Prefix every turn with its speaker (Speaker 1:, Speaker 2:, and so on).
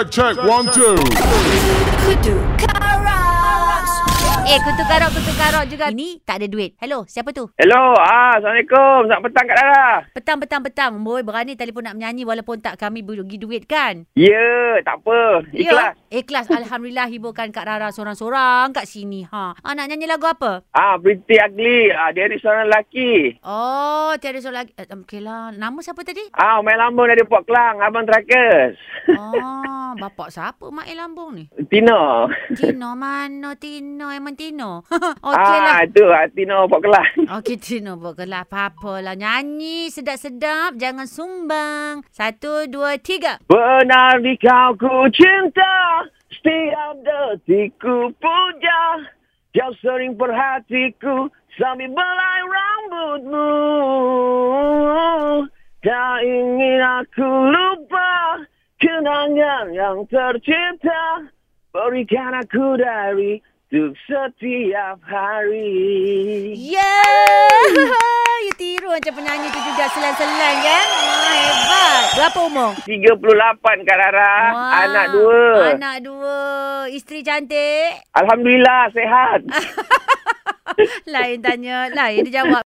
Speaker 1: Check, one, two.
Speaker 2: Kutu Karak
Speaker 3: Eh, kutu karok, kutu karok juga. Ini tak ada duit. Hello, siapa tu?
Speaker 4: Hello, ah, Assalamualaikum. Selamat petang Kak Dara.
Speaker 3: Petang, petang, petang. Boy, berani telefon nak menyanyi walaupun tak kami bagi duit kan?
Speaker 4: Ya, yeah, tak apa. Ikhlas.
Speaker 3: Ya. Ikhlas. Alhamdulillah hiburkan Kak Rara seorang-seorang kat sini. Ha. Ah, nak nyanyi lagu apa?
Speaker 4: Ah, Pretty Ugly. Ah, dia ni seorang lelaki.
Speaker 3: Oh, tiada seorang lagi. Eh, okay lah. Nama siapa tadi?
Speaker 4: Ah, main lambung dari Port Kelang, Abang Trakas.
Speaker 3: Oh, bapak siapa Mak El Lambung ni?
Speaker 4: Tino.
Speaker 3: Tino mana Tino? Emang Tino? Okey lah.
Speaker 4: Ah, tu ah, Tino Port Kelang.
Speaker 3: Okey, Tino bukanlah apa-apa lah. Nyanyi sedap-sedap. Jangan sumbang. Satu, dua, tiga.
Speaker 4: Benar di kau ku cinta, setiap detik ku puja. Kau sering perhatiku sambil belai rambutmu. Tak ingin aku lupa kenangan yang tercipta. Berikan aku dari untuk setiap hari.
Speaker 3: Yeah. you tiru macam penyanyi tu juga selang-selang kan? Wah, hebat. Berapa umur?
Speaker 4: 38 Kak Rara. Ah, Anak dua.
Speaker 3: Anak dua. Isteri cantik.
Speaker 4: Alhamdulillah sehat.
Speaker 3: lain tanya, lain dia jawab.